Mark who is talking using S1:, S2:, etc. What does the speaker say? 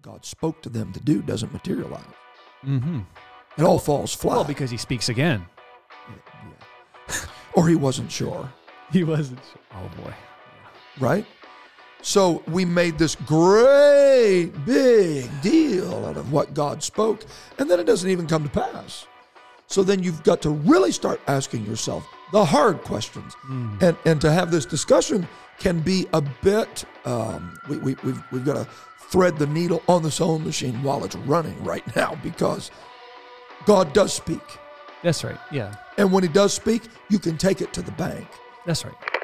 S1: God spoke to them to do doesn't materialize.
S2: Mm-hmm.
S1: It all falls flat.
S2: Well, because he speaks again.
S1: Yeah. or he wasn't sure,
S2: He wasn't. Oh boy.
S1: right? So we made this great big deal out of what God spoke, and then it doesn't even come to pass. So then you've got to really start asking yourself the hard questions.
S2: Hmm.
S1: And, and to have this discussion can be a bit, um, we, we, we've, we've got to thread the needle on the sewing machine while it's running right now because God does speak.
S2: That's right. Yeah.
S1: And when he does speak, you can take it to the bank.
S2: That's right.